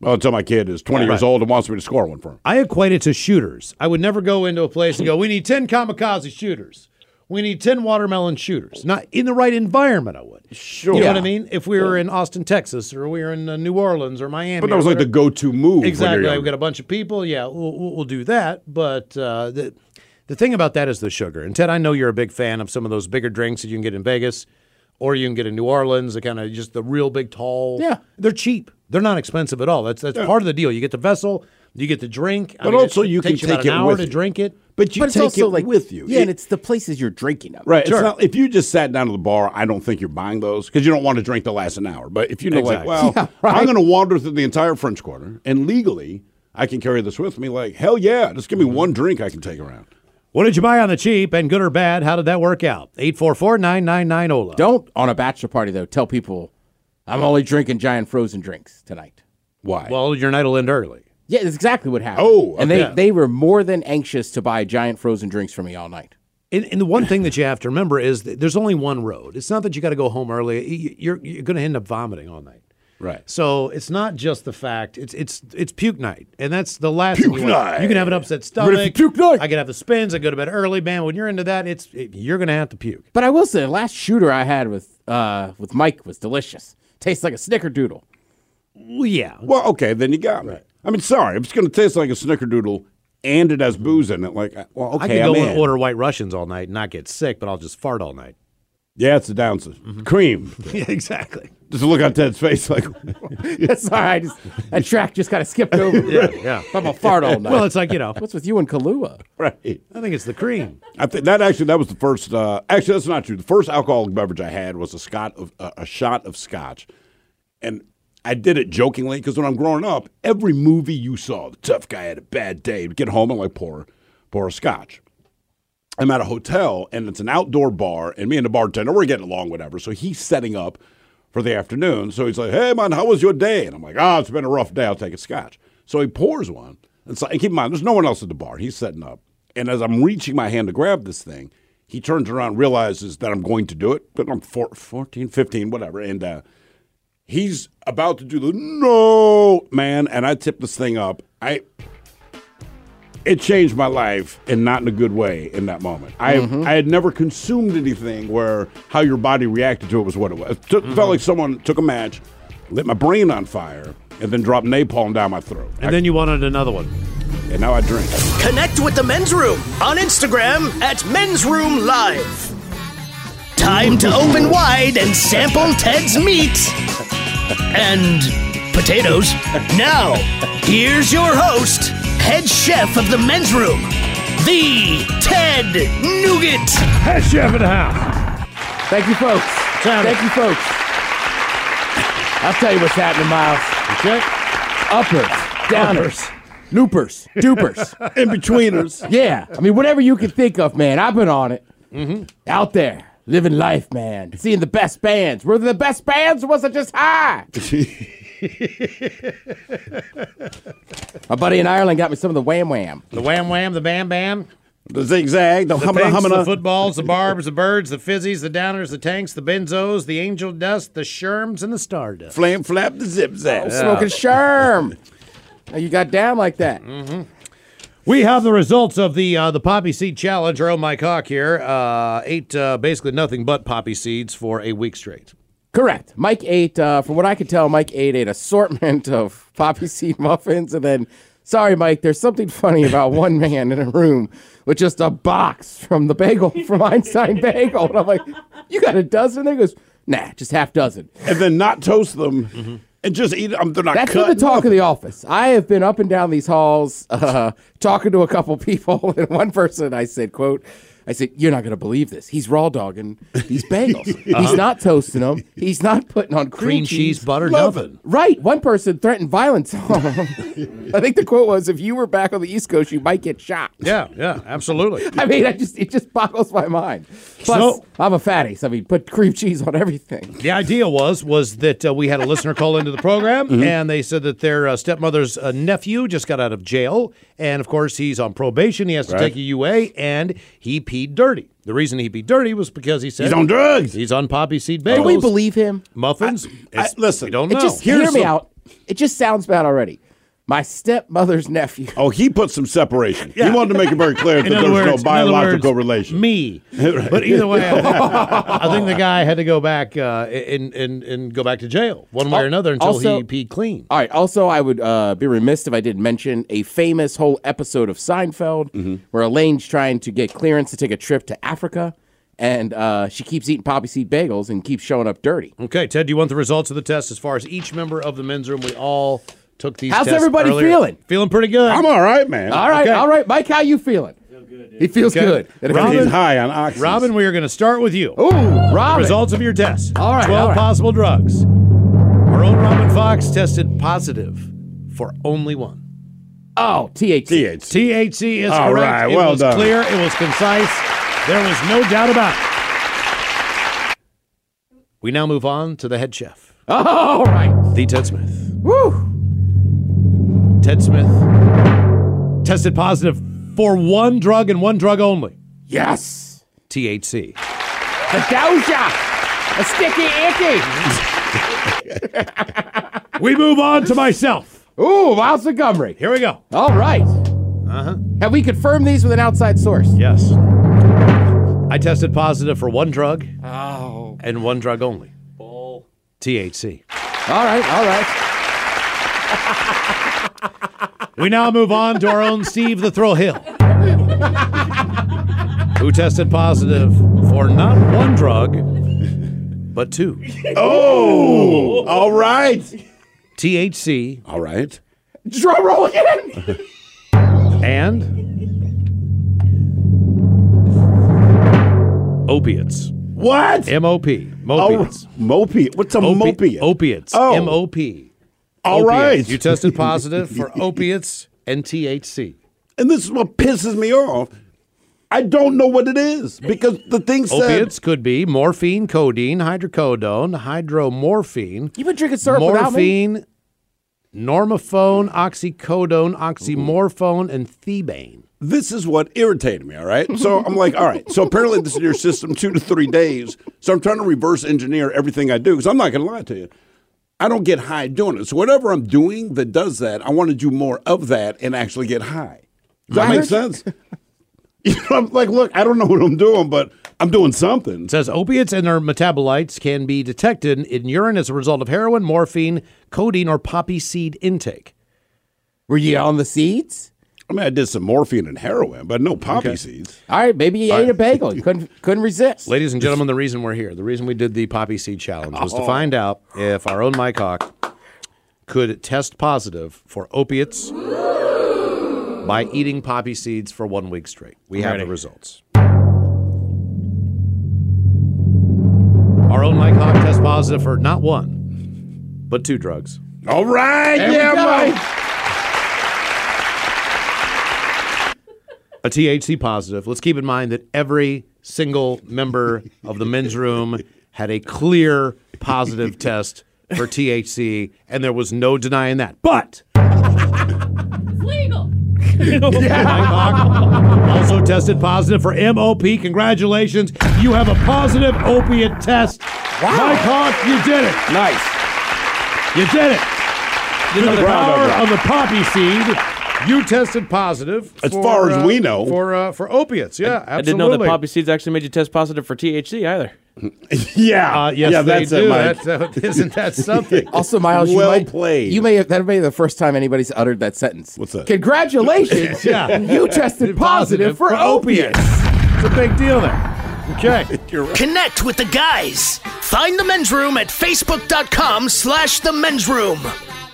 S6: well, until my kid is 20
S4: Yeah,
S6: years
S4: right.
S6: old and wants me to score one for him.
S4: I equate it to shooters. I would never go into a place and go, "We need ten kamikaze shooters. We need ten watermelon shooters." Not in the right environment. I would. Sure. You know what I mean? If we were in Austin, Texas, or we were in uh, New Orleans or Miami,
S6: But that was like the go-to move. when you're
S4: Exactly.
S6: younger.
S4: We've got a bunch of people. Yeah, we'll, we'll we'll do that. But uh, the the thing about that is the sugar. And Ted, I know you're a big fan of some of those bigger drinks that you can get in Vegas, or you can get in New Orleans. The kind of just the real big tall.
S6: Yeah.
S4: they're cheap. They're not expensive at all. That's that's
S6: Yeah.
S4: part of the deal. You get the vessel. You get the drink. I
S6: But
S4: mean,
S6: also
S4: it, it
S6: you can
S4: takes you about an
S6: take it
S4: hour
S6: with
S4: to
S6: you.
S4: drink it.
S6: But you
S5: But it's
S6: take
S5: also
S6: it
S5: like-
S6: with you.
S5: Yeah,
S6: It-
S5: and it's the places you're drinking at.
S6: Right.
S5: Sure.
S6: It's not, if you just sat down to the bar, I don't think you're buying those because you don't want to drink the last an hour. But if you know,
S4: [laughs]
S6: like,
S5: Exactly.
S6: well,
S5: Yeah,
S6: I'm going to wander through the entire French Quarter and legally I can carry this with me, like, hell yeah, just give me
S4: Mm-hmm.
S6: one drink I can take around.
S4: What did you buy on the cheap and good or bad? How did that work out? 844 999 OLA.
S5: Don't on a bachelor party though. Tell people I'm only drinking giant frozen drinks tonight.
S6: Why?
S4: Well, your night will end early.
S5: Yeah, that's exactly what happened.
S4: Oh,
S5: and
S4: okay.
S5: they they were more than anxious to buy giant frozen drinks for me all night.
S4: And, and the one thing that you have to remember is that there's only one road. It's not that you got to go home early. Y- You're you're going to end up vomiting all night.
S6: Right.
S4: So it's not just the fact. It's it's it's puke night, and that's the last
S6: Puke
S4: thing you want.
S6: night.
S4: You can have an upset
S5: Ready for
S4: stomach. puke night. I can have the spins. I go to bed early, man. When you're into that, it's it, you're going to have to puke.
S5: But I will say, the last shooter I had with uh with Mike was delicious. Tastes like a snickerdoodle. [laughs]
S4: Well, yeah.
S6: Well, okay, then you got me. I mean, sorry, if it's going to taste like a snickerdoodle and it has booze in it, like, I- well, okay,
S4: I could
S6: I'm
S4: go and
S6: in.
S4: order White Russians all night and not get sick, but I'll just fart all night.
S6: Yeah, it's a downside. Cream.
S4: Mm-hmm. [laughs] Yeah, exactly.
S6: Just look on Ted's
S4: [laughs]
S6: face, like,
S5: That's all right. Just- That track just kind of skipped over.
S4: [laughs]
S5: yeah,
S4: yeah.
S5: I'm a
S4: [laughs]
S5: fart all night.
S4: Well, it's like you know.
S5: what's with you and Kahlua?
S6: [laughs] right.
S4: I think it's the cream.
S6: I think that actually that was the first. Uh, actually, that's not true. The first alcoholic beverage I had was a scot of uh, a shot of scotch, and I did it jokingly because when I'm growing up, every movie you saw, the tough guy had a bad day, would get home and like pour pour a scotch. I'm at a hotel and it's an outdoor bar, and me and the bartender we're getting along, whatever. So he's setting up for the afternoon. So he's like, "Hey man, how was your day?" And I'm like, "Ah, it's been a rough day. I'll take a scotch." So he pours one. And, so, and keep in mind, there's no one else at the bar. He's setting up, and as I'm reaching my hand to grab this thing, he turns around, realizes that I'm going to do it. But I'm four, 14, 15, whatever, and uh, he's about to do the no man, and I tip this thing up. I it changed my life and not in a good way in that moment. I
S4: Mm-hmm.
S6: I had never consumed anything where how your body reacted to it was what it was. It took,
S4: Mm-hmm.
S6: felt like someone took a match, lit my brain on fire, and then dropped napalm down my throat.
S4: And then you wanted another one.
S6: And now I drink.
S3: Connect with the men's room on Instagram at Men's Room Live. Time to open wide and sample Ted's meat and potatoes. Now, here's your host, head chef of the men's room, the Ted Nugent.
S4: Head chef in the house.
S5: Thank you, folks. Thank you, folks. I'll tell you what's happening, Miles. Uppers, downers, loopers, dupers,
S6: in betweeners.
S5: Yeah, I mean whatever you can think of, man. I've been on it. Out there, living life, man. Seeing the best bands. Were they the best bands, or was it just high? My buddy in Ireland got me some of the wham wham.
S4: The wham wam, the bam bam.
S6: The zigzag, the,
S4: The
S6: humana
S4: pinks, the
S6: humana.
S4: footballs, the barbs, the birds, the fizzies, the downers, the tanks, the benzos, the angel dust, the sherms, and the stardust. Oh,
S6: Flame flap the zip zap.
S5: Smoking sherm. Now you got down like that.
S4: We have the results of the uh, the poppy seed challenge. Earl Mike Hawk here uh, ate uh, basically nothing but poppy seeds for a week straight.
S5: Correct. Mike ate, uh, from what I could tell, Mike ate an assortment [laughs] of poppy seed muffins. And then, sorry, Mike, there's something funny about one man in a room with just a box from the bagel, from Einstein Bagel. And I'm like, you got a dozen? They goes, nah, just half dozen.
S6: and then not toast them
S4: Mm-hmm.
S6: and just eat them. They're not
S5: That's
S6: cut.
S5: been the talk of the office. I have been up and down these halls [laughs] uh, talking to a couple people, [laughs] and one person I said, "quote." I said, "You're not going to believe this. He's raw dogging these bagels. He's
S15: Uh-huh.
S5: not toasting them. He's not putting on cream,
S15: Cream cheese, butter,
S5: Love
S15: nothing.
S5: it. Right. One person threatened violence on him. I think the quote was, "If you were back on the East Coast, you might get shot." [laughs]
S4: Yeah, yeah, absolutely.
S5: I mean, I just it just boggles my mind. Plus,
S4: So-
S5: I'm a fatty, so I mean, put cream cheese on everything.
S4: The idea was was that uh, we had a listener call into the program,
S5: Mm-hmm.
S4: and they said that their uh, stepmother's uh, nephew just got out of jail, and of course he's on probation. He has to
S15: Right.
S4: take a UA, and he peed dirty. The reason he peed dirty was because he said
S6: He's on drugs.
S4: He's on poppy seed bagels.
S5: Do we believe him?
S4: muffins? It's-
S6: listen,
S4: we don't
S5: It
S4: know.
S5: just hear me out. It just sounds bad already. My stepmother's nephew.
S6: Oh, he put some separation.
S5: Yeah.
S6: He wanted to make it
S4: [laughs]
S6: very clear that
S4: In
S6: there
S4: other
S6: was
S4: words-
S6: no
S4: in other
S6: biological
S4: words,
S6: relation.
S4: Me.
S6: [laughs] Right.
S4: But either way, I, I think the guy had to go back uh, and, and and go back to jail one way or another until
S5: also-
S4: he peed clean.
S5: All right. Also, I would uh, be remiss if I didn't mention a famous whole episode of Seinfeld where Elaine's trying to get clearance to take a trip to Africa, and uh, she keeps eating poppy seed bagels and keeps showing up dirty.
S4: Okay, Ted, do you want the results of the test as far as each member of the men's room? We all took these
S5: How's
S4: tests
S5: everybody
S4: earlier.
S5: feeling?
S4: Feeling pretty good.
S6: I'm all right, man.
S5: All right,
S4: Okay.
S5: all right, Mike. How you feeling? He feels
S4: Okay.
S5: good.
S4: Robin-
S6: He's high on oxys.
S4: Robin, we are going to start with you.
S5: Ooh, Robin.
S4: Results of your test.
S5: All right,
S4: 12
S5: all right.
S4: possible drugs. Our own Robin Fox tested positive for only one.
S5: Oh, THC.
S4: THC is
S6: All
S4: correct.
S6: right,
S4: it
S6: well
S4: was
S6: done.
S4: clear. It was concise. There was no doubt about it. We now move on to the head chef,
S5: [laughs] All right.
S4: the Ted Smith.
S5: Woo.
S4: Ted Smith tested positive for one drug and one drug only
S5: Yes.
S4: THC.
S5: A doja. A sticky icky.
S4: We move on to myself.
S5: Ooh, Miles Montgomery.
S4: Here we go.
S5: All right.
S4: Uh huh.
S5: Have we confirmed these with an outside source?
S4: Yes. I tested positive for one drug
S5: Oh.
S4: and one drug only THC.
S5: All right, all right.
S4: We now move on to our own Steve the Thrill Hill, who tested positive for not one drug, but two
S6: Oh, all right.
S4: THC
S6: All right.
S5: Drum roll again.
S4: and opiates.
S6: What?
S4: MOP.
S6: Oh,
S4: Mopiates.
S6: Mopey. What's a
S4: Opi-
S6: mopey?
S4: Opiates.
S6: Oh.
S4: MOP.
S6: All right.
S4: Opiates. You tested positive for opiates and THC.
S6: and this is what pisses me off. I don't know what it is because the thing said
S4: Opiates could be morphine, codeine, hydrocodone, hydromorphine,
S5: You've been drinking syrup without me.
S4: morphine, normophone, oxycodone, oxymorphone, and thebane.
S6: this is what irritated me. All right,
S4: [laughs]
S6: so I'm like, all right. So apparently, this is in your system two to three days. So I'm trying to reverse engineer everything I do because I'm not going to lie to you. I don't get high doing it. So whatever I'm doing that does that, I want to do more of that and actually get high. Does that make sense? [laughs] You know, I'm like, look, I don't know what I'm doing, but I'm doing something.
S4: It says opiates and their metabolites can be detected in urine as a result of heroin, morphine, codeine, or poppy seed intake.
S5: Were you on the seeds?
S6: I mean, I did some morphine and heroin, but no poppy seeds.
S5: All right, maybe you ate a bagel. You couldn't couldn't resist.
S4: Ladies and gentlemen, the reason we're here, the reason we did the poppy seed challenge was
S5: Oh.
S4: to find out if our own Mike Hawk could test positive for opiates by eating poppy seeds for one week straight. We have the results. Our own Mike Hawk test positive for not one, but two drugs.
S6: All right,
S5: There we
S6: yeah,
S5: go.
S6: Mike.
S4: a THC positive. Let's keep in mind that every single member of the men's room had a clear positive test for THC, and there was no denying that. But [laughs] legal. also tested positive for MOP. Congratulations, you have a positive opiate test. Mike Hawk, you did it.
S5: Nice.
S4: You did it. You know, the
S6: proud
S4: power
S6: of
S4: of the poppy seed. You tested positive.
S6: As
S4: for,
S6: far as
S4: uh,
S6: we know.
S4: for uh, for opiates. Yeah, absolutely.
S15: I didn't know that poppy seeds actually made you test positive for THC either.
S6: Yeah,
S4: Uh, yes, they
S6: yeah, that's
S4: do.
S6: it, Mike.
S4: That's- uh, isn't that something?
S5: [laughs] Also, Miles, you
S6: Well
S5: might,
S6: played.
S5: You may have that may be the first time anybody's uttered that sentence.
S6: What's that? [laughs]
S4: [laughs]
S5: Congratulations.
S4: Yeah.
S5: You tested positive for opiates.
S4: it's a big deal there. Okay. [laughs]
S3: Connect with the guys. Find the men's room at facebook.com slash the men's room.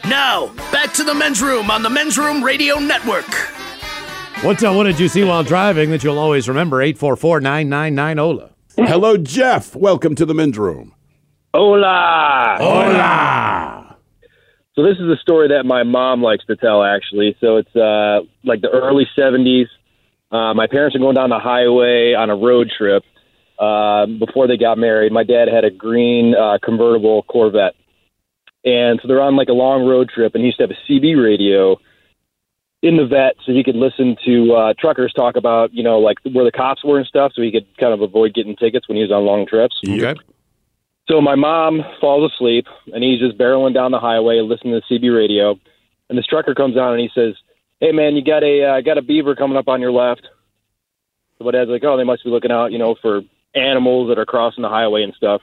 S3: Now, back to the men's room on the men's room radio network.
S4: What's up? What did you see while driving that you'll always remember? 844 999 OLA.
S6: Hello, Jeff. Welcome to the men's room.
S16: Hola. Hola. So this is a story that my mom likes to tell, actually. So it's uh, like the early '70s. Uh, my parents are going down the highway on a road trip. Uh, before they got married, my dad had a green uh, convertible Corvette, and so they're on like a long road trip, and he used to have a CB radio in the vet so he could listen to uh, truckers talk about you know like where the cops were and stuff, so he could kind of avoid getting tickets when he was on long trips.
S6: Okay.
S16: So my mom falls asleep, and he's just barreling down the highway, listening to the CB radio, and this trucker comes on and he says, "Hey man, you got a uh, got a beaver coming up on your left." So my dad's like, "Oh, they must be looking out, you know, for animals that are crossing the highway and stuff."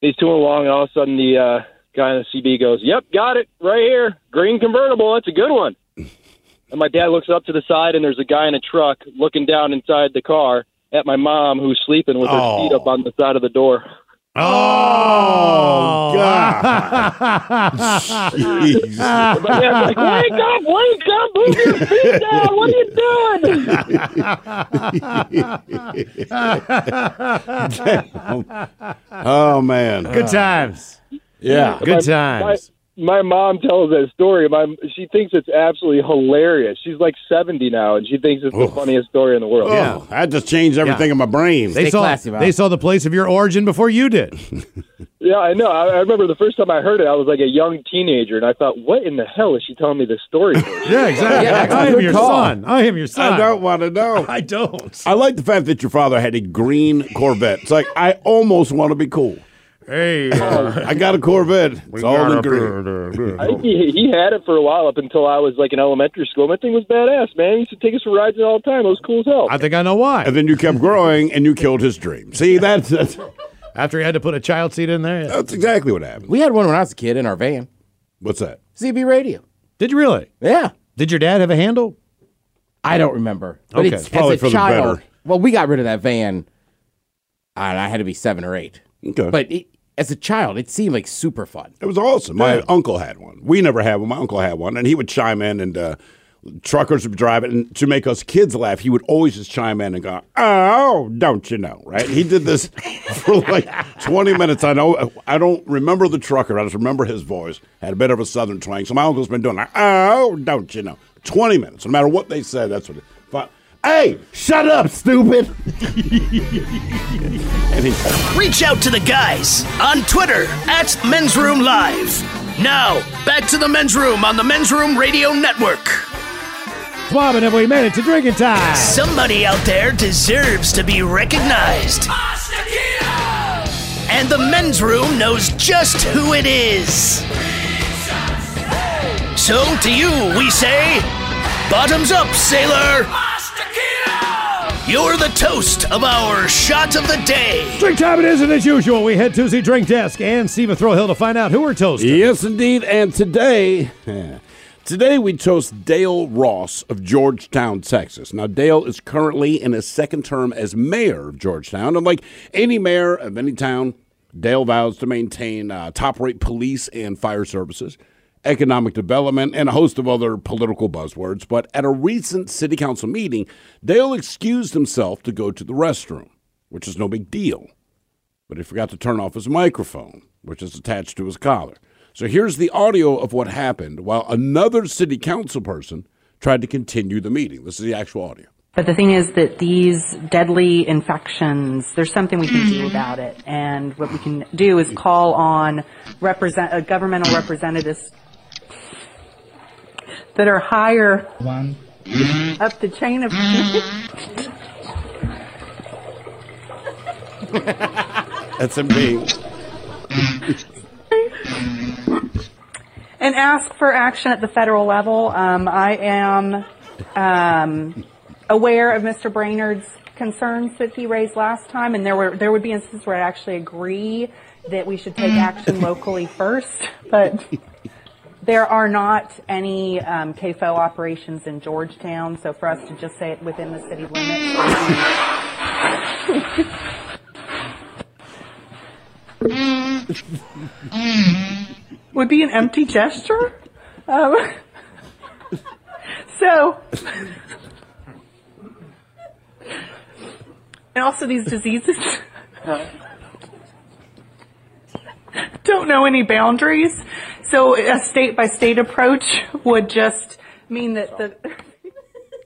S16: He's tooling along, and all of a sudden the uh, guy on the CB goes, "Yep, got it right here, green convertible. That's a good one." And my dad looks up to the side, and there's a guy in a truck looking down inside the car at my mom who's sleeping with her
S11: Oh.
S16: feet up on the side of the door.
S11: Oh,
S16: Jeez. But yeah, like, wake up, wake up, move your feet down. What are you doing?
S6: [laughs] Oh man,
S4: Good times.
S6: Yeah,
S16: My- My, my mom tells that story. My she thinks it's absolutely hilarious. She's like seventy now, and she thinks it's the funniest story in the world.
S6: Yeah. Oh, that just changed everything in my brain.
S4: They saw, they saw the place of your origin before you did. [laughs]
S16: Yeah, I know. I, I remember the first time I heard it, I was like a young teenager, and I thought, "What in the hell is she telling me this story?"
S4: [laughs]
S16: For?
S4: yeah, exactly. I am your son. I am your son.
S6: I don't want to know.
S4: [laughs] I don't.
S6: I like the fact that your father had a green Corvette. It's like I almost want to be cool.
S16: [laughs]
S4: Hey,
S16: Oh.
S6: I uh, got a Corvette. It's all in green.
S16: I think he, he had it for a while up until I was like in elementary school. My thing was badass, man. He used to take us for rides all the time. It was cool as hell.
S4: I think I know why.
S6: And then you kept growing, and you killed his dream. See, that's, that's
S4: after he had to put a child seat in there.
S6: That's exactly what happened.
S5: We had one when I was a kid in our van.
S6: What's that?
S5: CB radio.
S4: Did you really?
S5: Yeah.
S4: Did your dad have a handle?
S5: I don't remember. But
S4: Okay.
S5: it's,
S4: Probably
S5: as a
S4: for the
S5: child,
S4: better.
S5: Well, we got rid of that van, and I had to be seven or eight.
S6: Okay.
S5: But it, as a child, it seemed like super fun.
S6: It was awesome. My uncle had one. We never had one. My uncle had one, and he would chime in, and uh, truckers would drive it, and to make us kids laugh, he would always just chime in and go, "Oh, don't you know?" Right? He did this [laughs] for like twenty minutes. I know. I don't remember the trucker. I just remember his voice had a bit of a southern twang. So my uncle's been doing, like, "Oh, don't you know?" Twenty minutes, no matter what they said. That's what. It, but, hey, shut up, stupid! [laughs] and he.
S3: Reach out to the guys on Twitter at Men's Room Live. Now, back to the Men's Room on the Men's Room Radio Network.
S4: Swabbing, have we made it to drinking time?
S3: Somebody out there deserves to be recognized. And the men's room knows just who it is. So to you, we say, bottoms up, sailor. You're the toast of our shot of the day.
S4: Drink time it is, and as usual, we head to the drink desk and Steve Throw Hill to find out who we're toasting.
S6: Yes, indeed. And today, [laughs] today we toast Dale Ross of Georgetown, Texas. Now, Dale is currently in his second term as mayor of Georgetown. And like any mayor of any town, Dale vows to maintain uh, top rate police and fire services, economic development, and a host of other political buzzwords. But at a recent city council meeting, Dale excused himself to go to the restroom, which is no big deal but he forgot to turn off his microphone, which is attached to his collar. So here's the audio of what happened while another city council person tried to continue the meeting. This is the actual audio.
S17: But the thing is that these deadly infections, there's something we can do about it. And what we can do is call on represent, uh, governmental representatives that are higher up the chain of. [laughs]
S6: That's him being.
S17: and ask for action at the federal level. Um, I am um, aware of Mr. Brainerd's concerns that he raised last time, and there were there would be instances where I actually agree that we should take action locally first, but. There are not any um, KFO operations in Georgetown, so for us to just say it within the city limits would be an empty gesture. Um, so and also these diseases don't know any boundaries. So a state by state approach would just mean that the
S6: [laughs]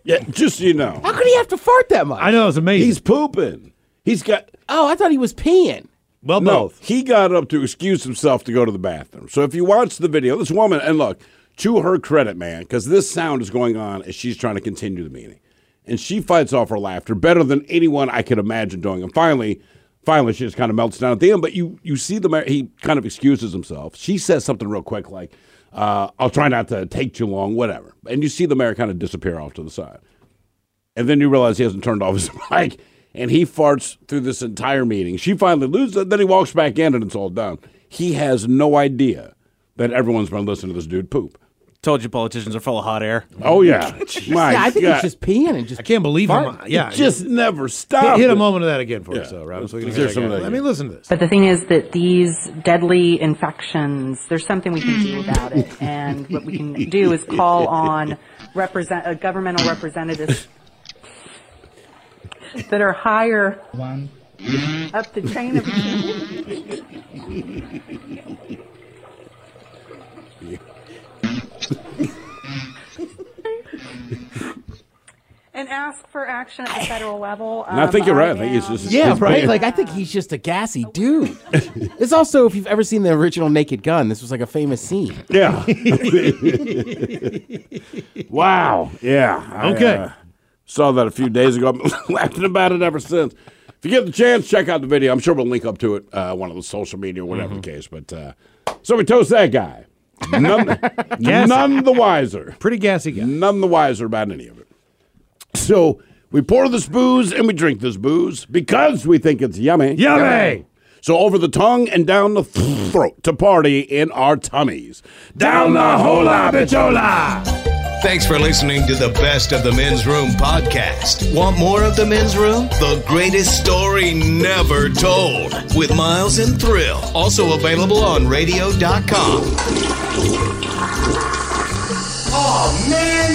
S6: Yeah, just so you know.
S5: How could he have to fart that much?
S4: I know it's amazing.
S6: He's pooping. He's got.
S5: Oh, I thought he was peeing.
S4: Well,
S6: no, he got up to excuse himself to go to the bathroom. So if you watch the video, this woman, and look, to her credit, man, because this sound is going on as she's trying to continue the meeting, and she fights off her laughter better than anyone I could imagine doing. And finally, finally, she just kind of melts down at the end. But you, you see the ma- he kind of excuses himself. She says something real quick like, uh, "I'll try not to take too long, whatever." And you see the mayor kind of disappear off to the side. And then you realize he hasn't turned off his [laughs] mic and he farts through this entire meeting. She finally loses it. Then he walks back in and it's all done. He has no idea that everyone's been listening to this dude poop.
S15: Told you politicians are full of hot air.
S6: Oh, yeah.
S4: [laughs]
S6: My
S5: yeah, I think
S6: God.
S5: he's just peeing and just.
S4: I can't believe him.
S5: Fart?
S4: Yeah,
S6: It just never
S4: hit,
S6: stopped.
S4: hit a moment of that again for
S6: Yeah.
S4: us, though, Rob. So we can
S6: Let's
S4: hear
S6: hear
S4: it
S6: some of
S4: again.
S6: that
S4: I
S6: again.
S4: mean, listen to this.
S17: But the thing is that these deadly infections, there's something we can do about it. And what we can do is call on represent, uh, governmental representatives that are higher up the chain of [laughs] and ask for action at the federal level. Um,
S6: And I think you're right. I think
S17: am-
S6: it's just
S5: Yeah,
S6: it's
S5: right.
S6: bad.
S5: Like I think he's just a gassy dude. it's also if you've ever seen the original Naked Gun, this was like a famous scene. [laughs]
S6: yeah. [laughs]
S4: [laughs]
S6: wow. Yeah. I,
S4: Okay.
S6: uh, saw that a few days ago. [laughs] I've been laughing about it ever since. If you get the chance, check out the video. I'm sure we'll link up to it, uh, one of the social media, whatever the case. But uh, so we toast that guy.
S4: [laughs]
S6: None, none the wiser.
S4: Pretty gassy guy.
S6: None the wiser about any of it. So we pour this booze and we drink this booze because we think it's yummy.
S4: Yummy!
S6: So over the tongue and down the throat to party in our tummies. Down the hola, bichola!
S2: Thanks for listening to the Best of the Men's Room podcast. Want more of the Men's Room? The greatest story never told with Miles and Thrill. Also available on radio.com.
S11: Oh, man.